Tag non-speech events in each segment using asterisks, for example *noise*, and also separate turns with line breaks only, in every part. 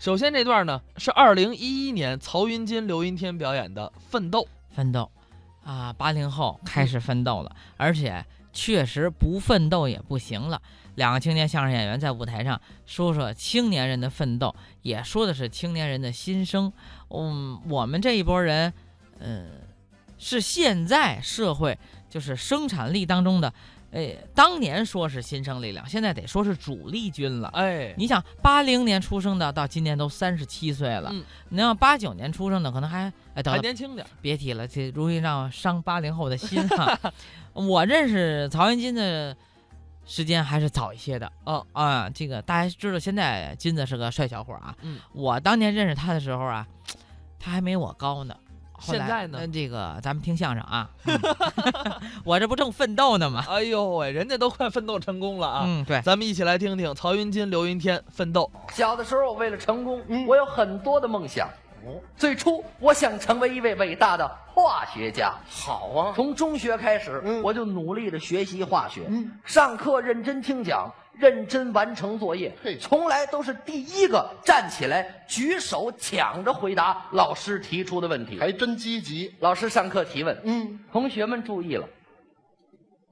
首先这段呢是二零一一年曹云金、刘云天表演的《奋斗》，
奋斗啊，八零后开始奋斗了，而且确实不奋斗也不行了。两个青年相声演员在舞台上说说青年人的奋斗，也说的是青年人的心声。嗯，我们这一波人，嗯、是现在社会就是生产力当中的，呃，当年说是新生力量，现在得说是主力军了。
哎，
你想，八零年出生的到今年都三十七岁了，
嗯
你要八九年出生的可能还哎得
还
了，
年轻点儿，
别提了，这容易让伤八零后的心
*laughs*
啊。我认识曹云金的时间还是早一些的
哦
啊，这个大家知道，现在金子是个帅小伙儿啊。
嗯，
我当年认识他的时候啊，他还没我高呢。后来
现在呢
那这个咱们听相
*laughs*
声啊， *laughs* 嗯我这不正奋斗呢吗？
哎呦喂，人家都快奋斗成功了啊！
啊嗯，对，
咱们一起来听听曹云金、刘云天《奋斗》。
小的时候，我为了成功，
嗯
我有很多的梦想。
哦
最初，我想成为一位伟大的化学家。
好啊，
从中学开始，
嗯
我就努力的学习化学，
嗯
上课认真听讲，认真完成作业
嘿，
从来都是第一个站起来举手抢着回答老师提出的问题。
还真积极。
老师上课提问，
嗯，
同学们注意了，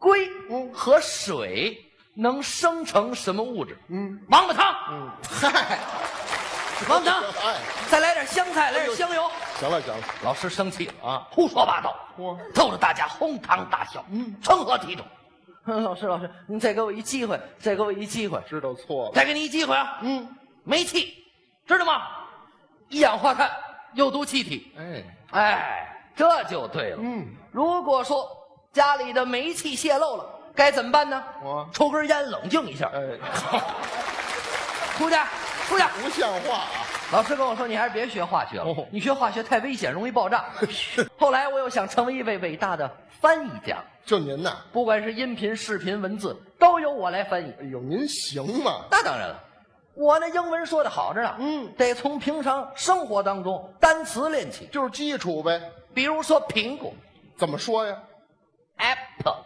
硅
嗯
和水能生成什么物质？
嗯，
王八汤。
嗯，嗨，
王八汤，
哎
再来点香菜，来点香油。
行了行了，
老师生气了
啊
胡说八道
嚯，
逗得大家哄堂大笑，
嗯
成何体统？老师，老师，您再给我一机会，再给我一机会，
知道错了。
再给你一机会啊！
嗯，
煤气，知道吗？一氧化碳，有毒气体。
哎，
哎，这就对了。
嗯，
如果说家里的煤气泄漏了，该怎么办呢
我？
抽根烟冷静一下。
哎，
*laughs* 出去，出去。
不像话啊！
老师跟我说，你还是别学化学了，
哦
你学化学太危险，容易爆炸。 *laughs* 后来我又想成为一位伟大的翻译家，
就您呐，
不管是音频、视频、文字，都由我来翻译。
哎呦，您行吗？
那当然了，我那英文说的好着呢，
嗯
得从平常生活当中单词练起，
就是基础呗。
比如说苹果
怎么说呀？
（apple）、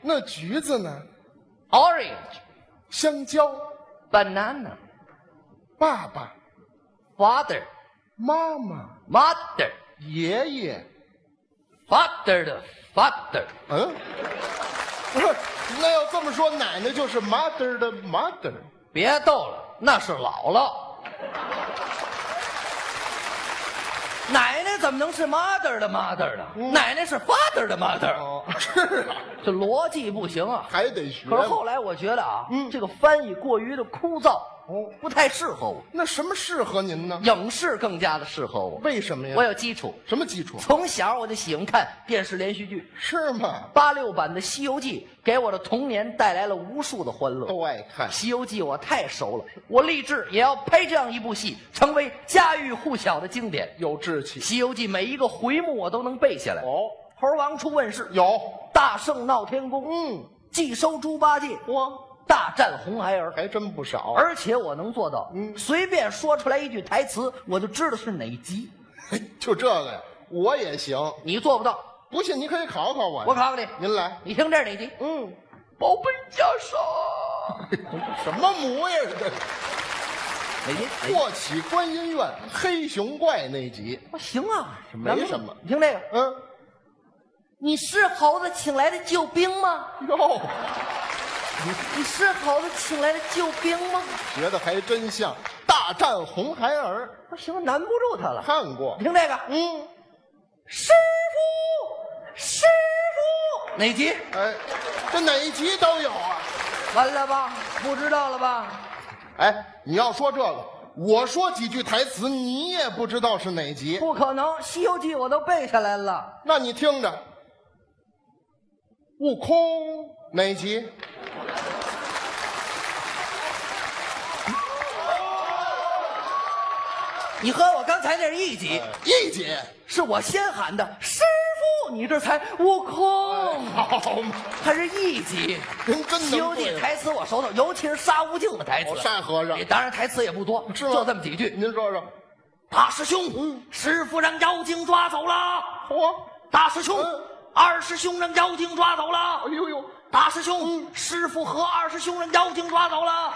那橘子呢？
orange、
香蕉，
banana、
爸爸、
father、
妈妈、
mother、
爷爷，
father 的 father。
嗯，不是，那要这么说，奶奶就是 mother 的 mother。
别逗了，那是姥姥。奶奶怎么能是 mother 的 mother 呢？奶奶是 father 的 mother，
嗯
*laughs*
哦，是啊，
这逻辑不行啊。
还得学嘛。
可是后来我觉得啊，
嗯
这个翻译过于的枯燥，
哦
不太适合我。
那什么适合您呢？
影视更加的适合我，
为什么呀？
我有基础，
什么基础？啊
从小我就喜欢看电视连续剧，
是吗？
八六版的《西游记》给我的童年带来了无数的欢乐。
都爱看。
《啊西游记》我太熟了，我立志也要拍这样一部戏，成为家喻户晓的经典。
有志
《
气。
西游记》每一个回目我都能背下来。
哦，
猴王出问世，
有，
大圣闹天宫，
嗯，
既收猪八戒，
我
大战红孩儿，
还真不少。
而且我能做到，
嗯
随便说出来一句台词，我就知道是哪集。
就这个呀，我也行。
你做不到，
不信你可以考考我。
我考考你，
您来。
你听这是哪集？
嗯，
宝贝袈裟，
什么模样儿？这
哪集？哪集
霍启观音院黑熊怪那集。
我行啊，
没
咱们
什么
你听这个，
嗯，
你是猴子请来的救兵吗？
哟，
你是猴子请来的救兵吗？
学的还真像。大战红孩儿，
不啊行，难不住他了。
看过
你。听这个，
嗯，
师傅，师傅，哪集？
哎，这哪一集都有啊。
完了吧？不知道了吧？
哎，你要说这个，我说几句台词，你也不知道是哪集。
不可能，《西游记》我都背下来了。
那你听着，悟空哪集？
你和我刚才那是一集，
一集。
是我先喊的嗯师傅，你这才悟空，
好嘛，
它是一集。
您哦真
《西游
能啊
记
对》了
台词我熟透，尤其是沙悟净的台词。
哦沙和尚
也当然台词也不多，
是啊嗯吗
就这么几句。
您说说，
大师兄，师傅让妖精抓走了。
嚯，
大师兄，
嗯
二师兄让妖精抓走了
哎。呦呦，
大师兄，师哎傅和二师兄让妖精抓走了。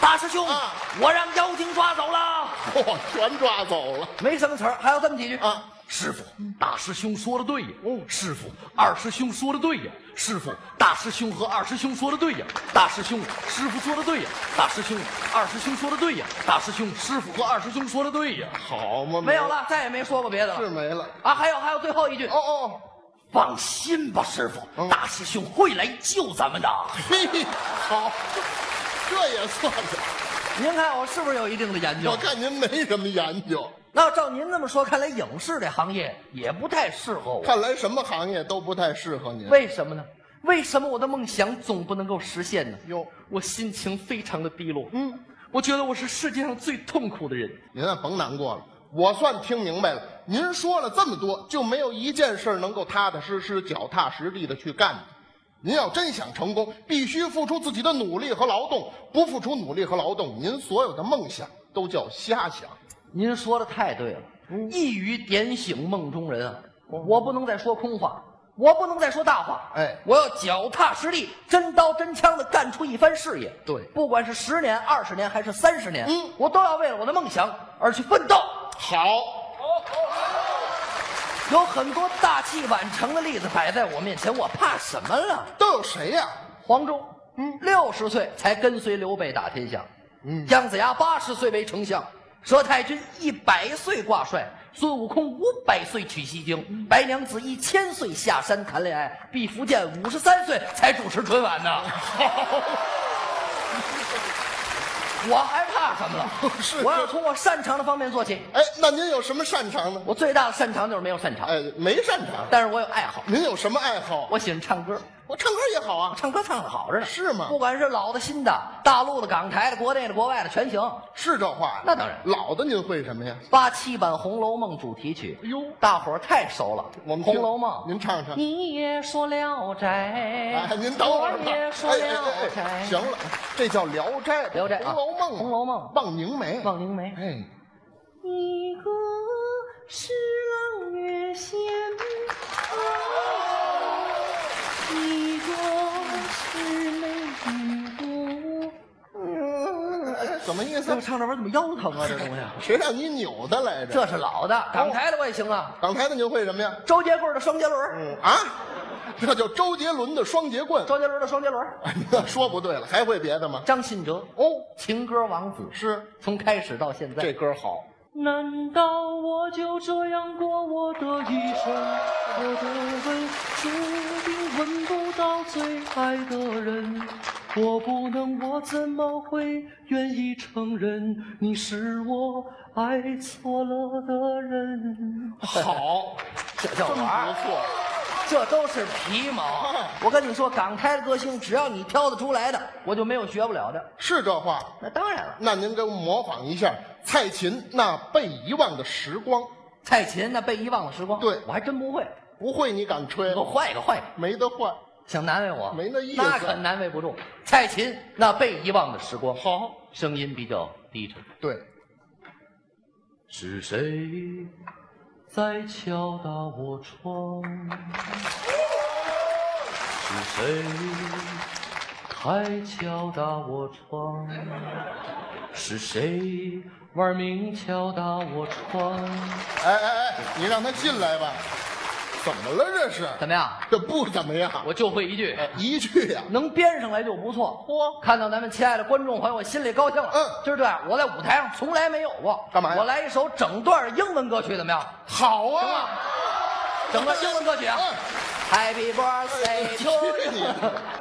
大师兄，
啊
我让妖精抓走了。
嚯，全抓走了。
没什么词儿，还有这么几句
啊！
师傅，大师兄说的对呀。师傅，二师兄说的对呀。师傅，大师兄和二师兄说的对呀。大师兄，师傅说的对呀。大师兄，二师兄说的对呀。大师兄，师傅和二师兄说的对呀。
好嘛，
没有了，再也没说过别的了。
是没了。
啊，还有还有最后一句，
哦哦，
放心吧，师傅，大师兄会来救咱们的。
嘿，好，这也算了。
您看我是不是有一定的研究
我？看您没什么研究，
那照您这么说，看来影视这行业也不太适合我。
看来什么行业都不太适合您。
为什么呢？为什么我的梦想总不能够实现呢？
哟，
我心情非常的低落。
嗯，
我觉得我是世界上最痛苦的人。
您啊，甭难过了，我算听明白了。您说了这么多，就没有一件事儿能够踏踏实实、脚踏实地的去干的。您要真想成功，必须付出自己的努力和劳动。不付出努力和劳动，您所有的梦想都叫瞎想。
您说的太对了，
嗯
一语点醒梦中人啊！我不能再说空话，我不能再说大话。
哎
我要脚踏实地，真刀真枪的干出一番事业。
对
不管是十年、二十年还是三十年，
嗯
我都要为了我的梦想而去奋斗。
好，
有很多大器晚成的例子摆在我面前，我怕什么了？
都有谁呀、
黄忠，嗯，六十岁才跟随刘备打天下，嗯，姜子牙八十岁为丞相，佘太君一百岁挂帅，孙悟空五百岁取西经，白娘子一千岁下山谈恋爱，毕福剑五十三岁才主持春晚呢。 *laughs* 我还怕什么 *laughs* 了？
是
我要从我擅长的方面做起。
哎，那您有什么擅长呢？
我最大的擅长就是没有擅长，
哎，没擅长。
但是我有爱好，
您有什么爱好？
我喜欢唱歌。
我唱歌也好啊。
唱歌唱的好着呢，
是吗
啊不管是老的、新的，大陆的、港台的、国内的、国外的，全行。
是这话呀？
那当然
老的您会什么呀？
八七版《红楼梦》主题曲，
哎呦
大伙儿太熟了。
我们
红
听
楼梦》，
您唱唱。
你也说聊斋
哎，，您等会儿
我也
吧。
说聊斋，
哎，行了，这叫《聊斋》。
聊斋啊
红楼梦》。
红楼梦
望凝眉。
望凝眉，
哎，
一个是朗月仙，一个是美女
嗯
姑。
什哎么意思
这我？唱这玩意儿怎么腰疼啊？这东西，
谁让你扭的来着？
这是老
哦
的，港台的我也行啊。
港台的您会什么呀？
周杰棍儿的双杰轮，
嗯啊，这叫周杰伦的双节棍。
周杰伦的双杰轮，
哎那说不对了，还会别的吗？
张信哲哦，情歌王子，
是，
从开始到现在，
这歌好。
难道我就这样过我的一生？我的吻注定吻不到最爱的人，我不能，我怎么会愿意承认你是我爱错了的人？
好，
这叫
真不
玩儿。
错。嗯
这都是皮毛。我跟你说，港台的歌星，只要你挑得出来的，我就没有学不了的。
是这话。
那当然了，
那您给我模仿一下蔡琴那被遗忘的时光，
蔡琴那被遗忘的时光，
对
我还真不会。
不会你敢
给
吹
我？换一个，换一个，
没得换。
想难为我？
没那意思
那可难为不住。蔡琴那被遗忘的时光，
好，
声音比较低沉。
对，
是谁在敲打我窗？是谁还敲打我窗？是谁玩命敲打我窗？
哎哎哎，你让他进来吧。怎么了这是？
怎么样？
这不怎么样，哎
我就会一句，
一句呀、
能编上来就不错。嚯！看到咱们亲爱的观众朋友，我心里高兴了。
嗯
就是这样，我在舞台上从来没有过。
干嘛呀
我来一首整段英文歌曲，怎么样？
好
行吗
啊，？
整个英文歌曲啊。
嗯
Happy birthday to
去你 *laughs*
you.
的